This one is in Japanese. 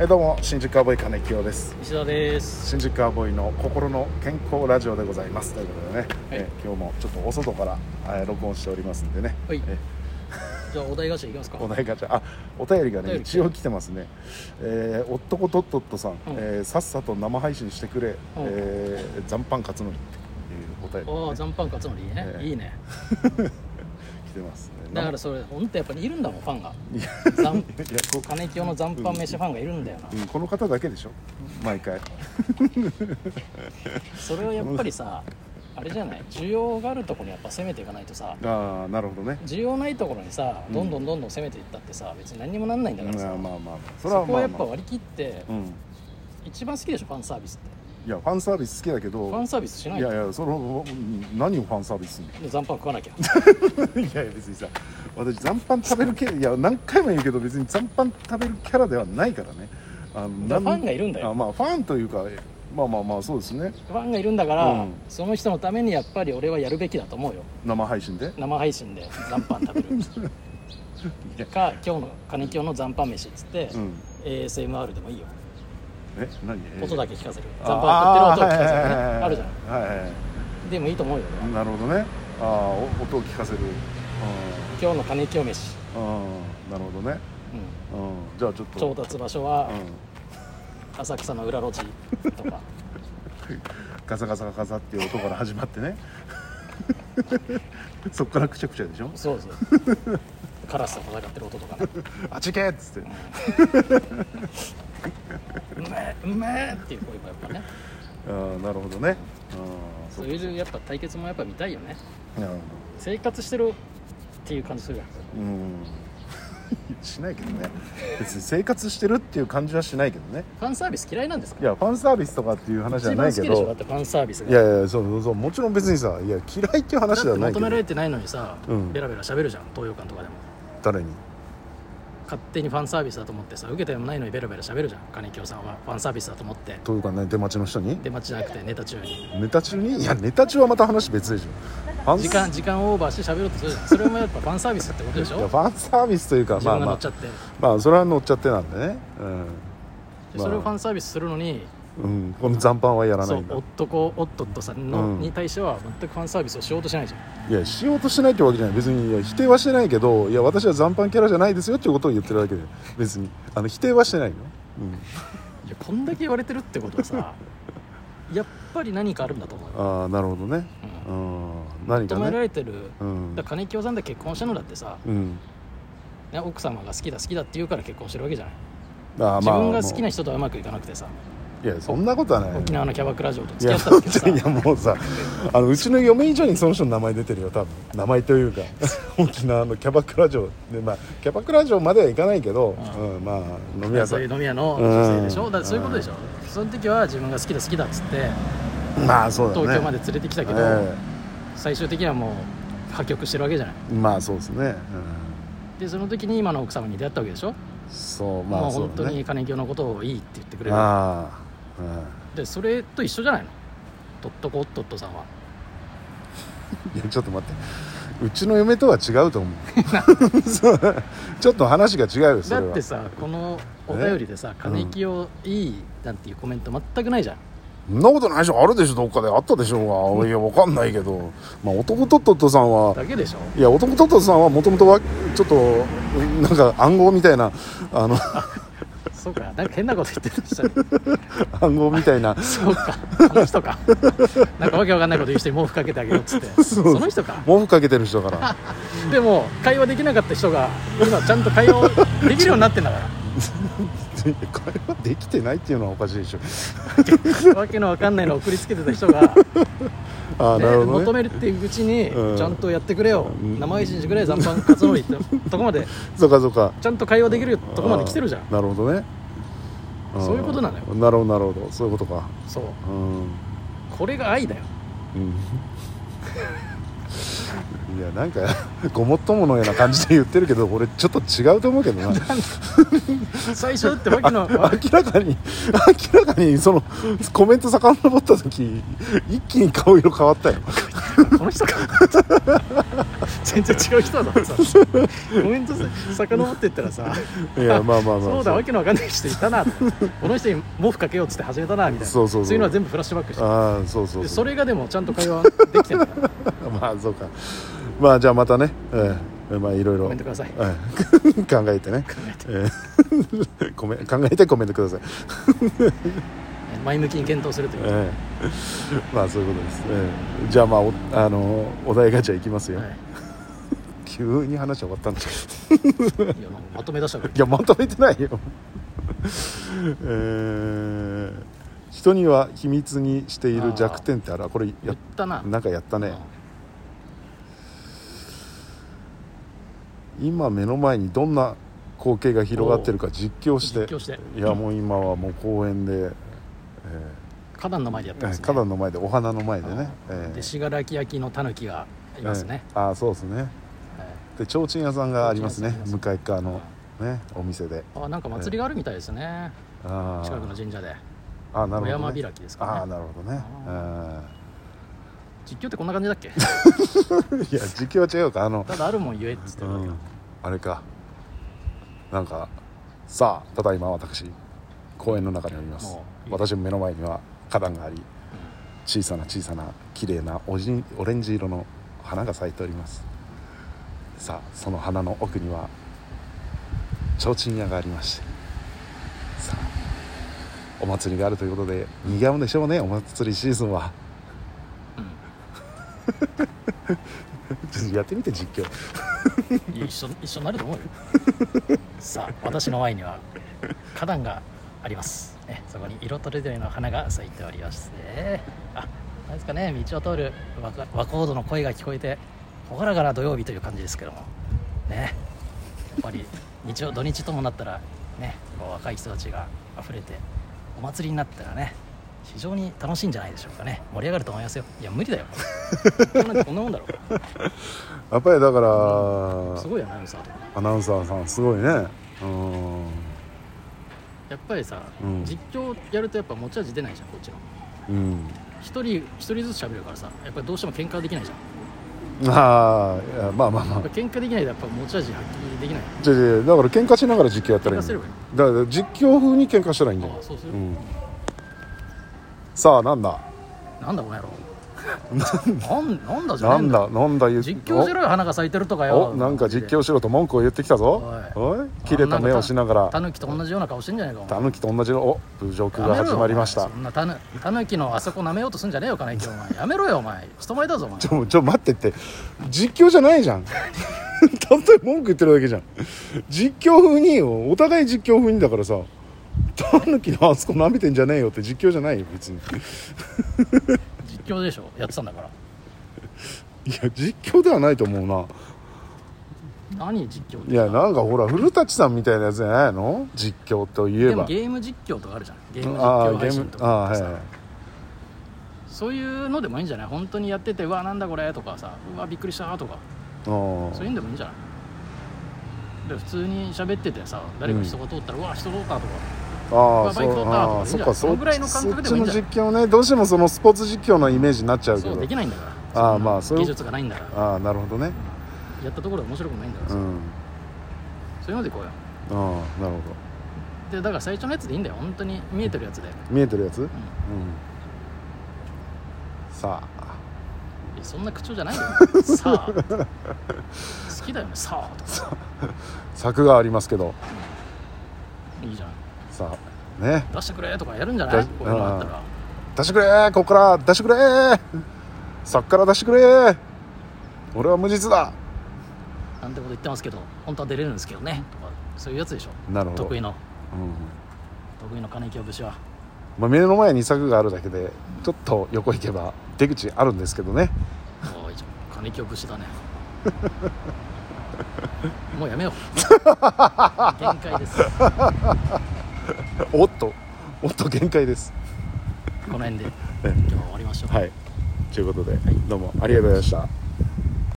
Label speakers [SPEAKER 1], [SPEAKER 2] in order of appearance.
[SPEAKER 1] えどうも新宿アボイ金木雄です
[SPEAKER 2] 石田です
[SPEAKER 1] 新宿アボイの心の健康ラジオでございますということでね、
[SPEAKER 2] はい
[SPEAKER 1] え今日もちょっとお外から、えー録音しておりますんでね、
[SPEAKER 2] はい
[SPEAKER 1] え
[SPEAKER 2] じゃあお題ガチャいきますか
[SPEAKER 1] お題ガチャあお便りが
[SPEAKER 2] お
[SPEAKER 1] ね
[SPEAKER 2] 便り
[SPEAKER 1] 一応来てますねえー、おっとことっとっとさん、えーさっさと生配信してくれ、えー、残飯勝則っていうお便り
[SPEAKER 2] お
[SPEAKER 1] が
[SPEAKER 2] お
[SPEAKER 1] ね、
[SPEAKER 2] 残飯勝つのにね、
[SPEAKER 1] ええ
[SPEAKER 2] いいね
[SPEAKER 1] 来てますね
[SPEAKER 2] だか
[SPEAKER 1] 生
[SPEAKER 2] らそれ本当やっぱりいるんだもんファンが
[SPEAKER 1] いや
[SPEAKER 2] 残
[SPEAKER 1] いやこ
[SPEAKER 2] 金清の残飯飯ファンがいるんだよな、
[SPEAKER 1] うん、この方だけでしょ毎回
[SPEAKER 2] それはやっぱりさあれじゃない需要があるところにやっぱ攻めていかないとさ
[SPEAKER 1] ああなるほどね
[SPEAKER 2] 需要ないところにさ
[SPEAKER 1] うん
[SPEAKER 2] どんどんどんどん攻めていったってさ別に何にもなんないんだから
[SPEAKER 1] ま
[SPEAKER 2] さ、
[SPEAKER 1] あまあまあそ
[SPEAKER 2] そ
[SPEAKER 1] れは
[SPEAKER 2] こ
[SPEAKER 1] ま
[SPEAKER 2] は
[SPEAKER 1] あ
[SPEAKER 2] やっぱ
[SPEAKER 1] まあ
[SPEAKER 2] 割り切って、
[SPEAKER 1] うん
[SPEAKER 2] 一番好きでしょファンサービスって
[SPEAKER 1] いやファンサービス好きだけど
[SPEAKER 2] ファンサービスしない
[SPEAKER 1] い
[SPEAKER 2] と
[SPEAKER 1] やいやそのうん何をファンサービスに
[SPEAKER 2] で残飯食わなきゃ
[SPEAKER 1] いやいや別にさ私残飯食べる系いや何回も言うけど別に残飯食べるキャラではないからねあの
[SPEAKER 2] だから
[SPEAKER 1] なん
[SPEAKER 2] ファンがいるんだよ
[SPEAKER 1] あまあファンというかえまあまあまあそうですね
[SPEAKER 2] ファンがいるんだから、
[SPEAKER 1] うん
[SPEAKER 2] その人のためにやっぱり俺はやるべきだと思うよ
[SPEAKER 1] 生配信で
[SPEAKER 2] 生配信で残 飯食べ
[SPEAKER 1] や
[SPEAKER 2] るか今日の金清の残飯飯っつって、
[SPEAKER 1] うん
[SPEAKER 2] ASMR でもいいよ
[SPEAKER 1] え何
[SPEAKER 2] 音だ
[SPEAKER 1] け
[SPEAKER 2] け聞かせる残飯食ってる音を聞かせるねあるじゃん
[SPEAKER 1] んはいはいはい
[SPEAKER 2] でもいいと思うよ俺は
[SPEAKER 1] なるほどねああお音を聞かせる
[SPEAKER 2] 今日の金清飯、
[SPEAKER 1] うんうんなるほどね
[SPEAKER 2] う
[SPEAKER 1] うんじゃあちょっ
[SPEAKER 2] ん、
[SPEAKER 1] と
[SPEAKER 2] 調達場所は
[SPEAKER 1] う
[SPEAKER 2] 浅草の裏路地 とか
[SPEAKER 1] んガサガサガサっていう音から始まってね そっからくちゃくちゃでしょ
[SPEAKER 2] そうそうカラスと戦ってる音とかね
[SPEAKER 1] あちけっつって
[SPEAKER 2] うめえうめえっていう声がやっぱね
[SPEAKER 1] あーなるほどねあーそ
[SPEAKER 2] そうういうやっぱ対決もやっぱ見たいよね
[SPEAKER 1] なる
[SPEAKER 2] 生活してるっていう感じするじゃ
[SPEAKER 1] ほどうん しないけどね別に生活してるっていう感じはしないけどね
[SPEAKER 2] んファンサービス嫌いなんですか
[SPEAKER 1] いやファンサービスとかっていう話じゃ
[SPEAKER 2] 一
[SPEAKER 1] な
[SPEAKER 2] 番
[SPEAKER 1] い
[SPEAKER 2] 好
[SPEAKER 1] け
[SPEAKER 2] きでしょだ
[SPEAKER 1] ど
[SPEAKER 2] ってファンサービスが
[SPEAKER 1] いやいやそうそうそうもちろん別にさいや嫌いっていう話で
[SPEAKER 2] だ
[SPEAKER 1] は
[SPEAKER 2] って
[SPEAKER 1] ないけ
[SPEAKER 2] 求めら
[SPEAKER 1] ど
[SPEAKER 2] れてないのにさ、
[SPEAKER 1] うん
[SPEAKER 2] ベラベラ喋るじゃん東洋館とかでも
[SPEAKER 1] 誰に
[SPEAKER 2] 勝手にファンサービスだと思ってさ受けたよもないのにベラベラ喋るじゃん金清さんはファンサービスだと思って
[SPEAKER 1] というかね出待ちの人に
[SPEAKER 2] 出待ちじゃなくてネタ中に
[SPEAKER 1] ネタ中にいやネタ中はまた話別でしょファン
[SPEAKER 2] 時間時間オーバーして喋ろうとするじゃんそれもやっぱファンサービスってことでし
[SPEAKER 1] いや
[SPEAKER 2] ょ
[SPEAKER 1] ファンサービスというか
[SPEAKER 2] 自
[SPEAKER 1] まあ
[SPEAKER 2] 分が
[SPEAKER 1] ま
[SPEAKER 2] 乗っ
[SPEAKER 1] あ
[SPEAKER 2] ちゃって、
[SPEAKER 1] まあそれは乗っちゃってなんでね
[SPEAKER 2] でそれをファンサービスするのに、
[SPEAKER 1] うん、うん、この残飯はやらな
[SPEAKER 2] そ
[SPEAKER 1] い
[SPEAKER 2] うん
[SPEAKER 1] だ
[SPEAKER 2] 男夫さんの、
[SPEAKER 1] うん
[SPEAKER 2] に対しては全くファンサービスをしようとしないじゃん
[SPEAKER 1] いやしようとしてないってわけじゃない別にいや否定はしてないけどいや私は残飯キャラじゃないですよっていうことを言ってるだけで別にあの否定はしてないよ、うん、
[SPEAKER 2] いやこんだけ言われてるってこと はさやっぱり何かあるんだと思うよ、
[SPEAKER 1] ああなるほどね
[SPEAKER 2] うん
[SPEAKER 1] うん何
[SPEAKER 2] 求め
[SPEAKER 1] からね
[SPEAKER 2] れてる、
[SPEAKER 1] うん
[SPEAKER 2] だから金清さんで結婚したのだってさ、
[SPEAKER 1] うん
[SPEAKER 2] ね、奥様が好きだ好きだって言うから結婚してるわけじゃない、
[SPEAKER 1] あー
[SPEAKER 2] 自分が好きな
[SPEAKER 1] も
[SPEAKER 2] 人とはうまくいかなくてさ
[SPEAKER 1] ういやそんなことはない
[SPEAKER 2] 沖縄のキャバクラ嬢と
[SPEAKER 1] い
[SPEAKER 2] 付き合
[SPEAKER 1] や
[SPEAKER 2] ったん
[SPEAKER 1] 本
[SPEAKER 2] です
[SPEAKER 1] 当
[SPEAKER 2] け
[SPEAKER 1] に
[SPEAKER 2] ど
[SPEAKER 1] い
[SPEAKER 2] さ
[SPEAKER 1] やもうさあのうちの嫁以上にその人の名前出てるよ多分名前と いうか沖縄のキャバクラ嬢でまあキャバクラ嬢まではいかないけど、うんまあ飲み屋さ
[SPEAKER 2] そうい
[SPEAKER 1] ん
[SPEAKER 2] う飲み屋の女性でし
[SPEAKER 1] うん
[SPEAKER 2] ょだからそういうことでしょその時は自分が好きだ好きだっつって
[SPEAKER 1] まあそうだね
[SPEAKER 2] 東京まで連れてきたけど、
[SPEAKER 1] え
[SPEAKER 2] 最終的にはもう破局してるわけじゃない
[SPEAKER 1] えまあそうですね、
[SPEAKER 2] でその時に今の奥様に出会ったわけでしょ、
[SPEAKER 1] うん、そう
[SPEAKER 2] まあ
[SPEAKER 1] まあそう
[SPEAKER 2] 本当
[SPEAKER 1] だね
[SPEAKER 2] に金清のことをいいって言ってくれる
[SPEAKER 1] ああ、う
[SPEAKER 2] でそれと一緒じゃないのとっとこおっとっとさんは
[SPEAKER 1] ん、いやちょっと待ってうちの嫁とは違うと思 うそうちょっと話が違うよそ
[SPEAKER 2] だ
[SPEAKER 1] れは
[SPEAKER 2] ってさこのお便りでさ「金清いい」なんていうコメント全くないじゃん
[SPEAKER 1] そんなことないでしょあるでしょどっかであったでしょうがいやわかんないけどまあ男とっとっとさんは
[SPEAKER 2] だけでしょ
[SPEAKER 1] いや男とっとさんはもともとはちょっとなんか暗号みたいなあの
[SPEAKER 2] そうかなんか変なこと言ってる人ね
[SPEAKER 1] 暗号みたいな
[SPEAKER 2] そうかあの人かなんかわけわかんないこと言う人に毛布かけてあげようっつって
[SPEAKER 1] そ
[SPEAKER 2] そうの人か
[SPEAKER 1] 毛布かけてる人 から
[SPEAKER 2] でも会話できなかった人が今ちゃんと会話をできるようになってんだか
[SPEAKER 1] 会話できてないっていうのはおかしいでしょ
[SPEAKER 2] らわけのわかんないのを送りつけてた人が、
[SPEAKER 1] ああ
[SPEAKER 2] ね
[SPEAKER 1] なるほど
[SPEAKER 2] 求
[SPEAKER 1] ね
[SPEAKER 2] めるっていううちに
[SPEAKER 1] うん
[SPEAKER 2] ちゃんとやってくれよ、生配信してくれ残飯勝つのりってとこまで
[SPEAKER 1] そうかそうか
[SPEAKER 2] ちゃんと会話できるとこまで来てるじゃん
[SPEAKER 1] あーなるほどねあー
[SPEAKER 2] そういうことなのよ
[SPEAKER 1] なるほどなるほどそういうことか
[SPEAKER 2] そう
[SPEAKER 1] うん、うん、
[SPEAKER 2] これが愛だよ
[SPEAKER 1] いやなんかごもっとものような感じで言ってるけど俺ちょっと違うと思うけどな
[SPEAKER 2] 最初だってわけのわ
[SPEAKER 1] 明らかに明らかにそのコメント遡った時一気に顔色変わ ったよ
[SPEAKER 2] この 人か全然違う人だとさコメントさ遡ってったらさ
[SPEAKER 1] いやまあまあまあ
[SPEAKER 2] そうだわけのわかんない人いたなと思ってこの人に毛布かけようっつって始めたなみたいな
[SPEAKER 1] そうそうそう
[SPEAKER 2] いうのは全部フラッシュバックして
[SPEAKER 1] ああそうそうそう
[SPEAKER 2] でそれがでもちゃんと会話できてるから
[SPEAKER 1] まあそうかまあじゃあまたね、ええまあいろいろ
[SPEAKER 2] コメントください
[SPEAKER 1] ええ 考えてね考
[SPEAKER 2] えて
[SPEAKER 1] コメ考えて コメントください、
[SPEAKER 2] 前向きに検討するということ
[SPEAKER 1] ええまあそういうことです、ええじゃあまあおあのお題ガチャいきますよ、
[SPEAKER 2] はい
[SPEAKER 1] 急に話終わったんですけど
[SPEAKER 2] いやなんかまとめ出したから
[SPEAKER 1] いやまとめてないよ えー人には秘密にしている弱点ってあるあこれ
[SPEAKER 2] 言
[SPEAKER 1] や
[SPEAKER 2] ったな
[SPEAKER 1] なんかやったね
[SPEAKER 2] う
[SPEAKER 1] 今目の前にどんな光景が広がってるか実況して
[SPEAKER 2] 実況して
[SPEAKER 1] いやもう今はもう公園で、
[SPEAKER 2] ん花壇の前でやっ
[SPEAKER 1] え
[SPEAKER 2] て
[SPEAKER 1] ー
[SPEAKER 2] ますね
[SPEAKER 1] 花壇の前でお花の前でね、えー
[SPEAKER 2] で信楽焼きのたぬきがいますね、
[SPEAKER 1] えーあーそうですね
[SPEAKER 2] はい
[SPEAKER 1] で提灯屋さんがありますね
[SPEAKER 2] 提灯屋さん
[SPEAKER 1] 向かい側のねお店で
[SPEAKER 2] あなんか祭りがあるみたいですね、
[SPEAKER 1] あー
[SPEAKER 2] 近くの神社で
[SPEAKER 1] あーなるほど、ね、
[SPEAKER 2] お山開きですかね
[SPEAKER 1] ああなるほどね
[SPEAKER 2] あ
[SPEAKER 1] うん
[SPEAKER 2] 実況ってこんな感じだっけ
[SPEAKER 1] いや時期は違うかあの
[SPEAKER 2] ただあるもん言えっつって
[SPEAKER 1] う
[SPEAKER 2] るわけだ、
[SPEAKER 1] ん、あれかなんかさあただいま私公園の中におります
[SPEAKER 2] もういい
[SPEAKER 1] 私の目の前には花壇があり小さな小さな綺麗なオジンオレンジ色の花が咲いておりますさあその花の奥には提灯屋がありましてさあお祭りがあるということで賑わうんでしょうねお祭りシーズンは ちょっとやってみて実況
[SPEAKER 2] うんいや一緒一緒になると思うよさあ私の前には花壇があります、ね、そこに色とりどりの花が咲いておりましてあなんですかね道を通る和歌和コードの声が聞こえて朗らかな土曜日という感じですけどもねやっぱり日曜土日ともなったらねこう若い人たちが溢れてお祭りになったらね非常に楽しいんじゃないでしょうかね盛り上がると思いますよいや無理だよこんなんて こんなもんだろ
[SPEAKER 1] やっぱりだから、
[SPEAKER 2] すごいアナウンサーとか
[SPEAKER 1] アナウンサーさんすごいねうん
[SPEAKER 2] やっぱりさ、
[SPEAKER 1] うん
[SPEAKER 2] 実況やるとやっぱ持ち味出ないじゃんこっちの
[SPEAKER 1] うん
[SPEAKER 2] 一人一人ずつ喋るからさやっぱりどうしても喧嘩できないじゃん
[SPEAKER 1] ああいやまあまあまあ
[SPEAKER 2] やっぱ喧嘩できないとやっぱ持ち味発揮できない
[SPEAKER 1] じゃじゃだから喧嘩しながら実況やったらいいの
[SPEAKER 2] 喧嘩すれ
[SPEAKER 1] だ
[SPEAKER 2] ばいい
[SPEAKER 1] から実況風に喧嘩したらいいんだよ
[SPEAKER 2] ああそうする
[SPEAKER 1] ん、さあなんだ
[SPEAKER 2] なんだこ の野郎なんなんだじゃね
[SPEAKER 1] な
[SPEAKER 2] えん
[SPEAKER 1] ん
[SPEAKER 2] だ
[SPEAKER 1] だなんだ言う
[SPEAKER 2] 実況しろよ花が咲いてるとか
[SPEAKER 1] お
[SPEAKER 2] よ
[SPEAKER 1] おなんか実況しろと文句を言ってきたぞ
[SPEAKER 2] お
[SPEAKER 1] おい切れた目をしなが
[SPEAKER 2] タ
[SPEAKER 1] ら
[SPEAKER 2] ヌキと同じような顔してんじゃねえかお前
[SPEAKER 1] たぬきと同じのお侮辱が
[SPEAKER 2] やめろ
[SPEAKER 1] 始
[SPEAKER 2] よ
[SPEAKER 1] まりまし
[SPEAKER 2] お
[SPEAKER 1] た
[SPEAKER 2] 前そんなタヌタヌキのあそこ舐めようとすんじゃねえよ金井君お前やめろよお前人前だぞお前
[SPEAKER 1] ちょち ょ待ってって実況じゃないじゃん たった文句言ってるだけじゃん実況風にお互い実況風にだからさたぬきのあそこ舐めてんじゃねえよって実況じゃないよ別に
[SPEAKER 2] 実況でしょやってたんだから
[SPEAKER 1] いや実況ではないと思うな
[SPEAKER 2] 何実況って
[SPEAKER 1] いやなんかほら古舘さんみたいなやつじゃないの実況といえ
[SPEAKER 2] でも
[SPEAKER 1] ば
[SPEAKER 2] ゲーム実況とかあるじゃんゲーム実
[SPEAKER 1] ああ
[SPEAKER 2] 況
[SPEAKER 1] ゲ
[SPEAKER 2] 配
[SPEAKER 1] ー
[SPEAKER 2] 信
[SPEAKER 1] ム
[SPEAKER 2] と
[SPEAKER 1] あ
[SPEAKER 2] か
[SPEAKER 1] あはいはい
[SPEAKER 2] そういうのでもいいんじゃない本当にやっててうわなんだこれとかさうわびっくりしたとか
[SPEAKER 1] あ
[SPEAKER 2] そういうのでもいいんじゃないで普通に喋っててさ誰か人が通ったら、うわ人通ったとか
[SPEAKER 1] あ
[SPEAKER 2] バ
[SPEAKER 1] あ
[SPEAKER 2] イ
[SPEAKER 1] そ
[SPEAKER 2] ク乗っ
[SPEAKER 1] う
[SPEAKER 2] た
[SPEAKER 1] ああ
[SPEAKER 2] とかいいん
[SPEAKER 1] そっ
[SPEAKER 2] じゃない
[SPEAKER 1] か
[SPEAKER 2] そ
[SPEAKER 1] そ
[SPEAKER 2] の
[SPEAKER 1] っ
[SPEAKER 2] ぐ
[SPEAKER 1] ち
[SPEAKER 2] らいの感
[SPEAKER 1] そ
[SPEAKER 2] 覚
[SPEAKER 1] っ
[SPEAKER 2] で
[SPEAKER 1] ち
[SPEAKER 2] もいいん
[SPEAKER 1] の
[SPEAKER 2] じゃない
[SPEAKER 1] 実況ねどうしてもそのスポーツ実況のイメージになっちゃうけ
[SPEAKER 2] そ
[SPEAKER 1] ど
[SPEAKER 2] うできないんだから
[SPEAKER 1] ああ
[SPEAKER 2] そんな
[SPEAKER 1] まあそういう
[SPEAKER 2] 技術がないんだから
[SPEAKER 1] ああなるほどね
[SPEAKER 2] やったところで面白くないんだか
[SPEAKER 1] う
[SPEAKER 2] らさ、
[SPEAKER 1] ん
[SPEAKER 2] そういうのでこうよ
[SPEAKER 1] ああなるほど
[SPEAKER 2] でだから最初のやつでいいんだよ本当に見えてるやつで、うん、
[SPEAKER 1] 見えてるやつうんさあ
[SPEAKER 2] いやそんな口調じ ゃないよさあ好きだよねさあとか
[SPEAKER 1] 柵がありますけど
[SPEAKER 2] いいじゃん
[SPEAKER 1] さあね
[SPEAKER 2] 出してくれとかやるんじゃない
[SPEAKER 1] 出し
[SPEAKER 2] こういうのあったら
[SPEAKER 1] 出してくれーここから出してくれー柵から出してくれー俺は無実だ
[SPEAKER 2] なんてこと言ってますけど本当は出れるんですけどねとかそういうやつでしょ
[SPEAKER 1] なるほど
[SPEAKER 2] 得意の
[SPEAKER 1] うん
[SPEAKER 2] 得意の金木節は
[SPEAKER 1] まあ、目の前に柵があるだけでちょっと横行けば出口あるんですけどね
[SPEAKER 2] おーいいじゃん金木節だねもうやめよ う限界ですこ
[SPEAKER 1] おっとおっと限界です
[SPEAKER 2] の辺で今日は終わりましょう
[SPEAKER 1] はいということで、どうもありがとうございました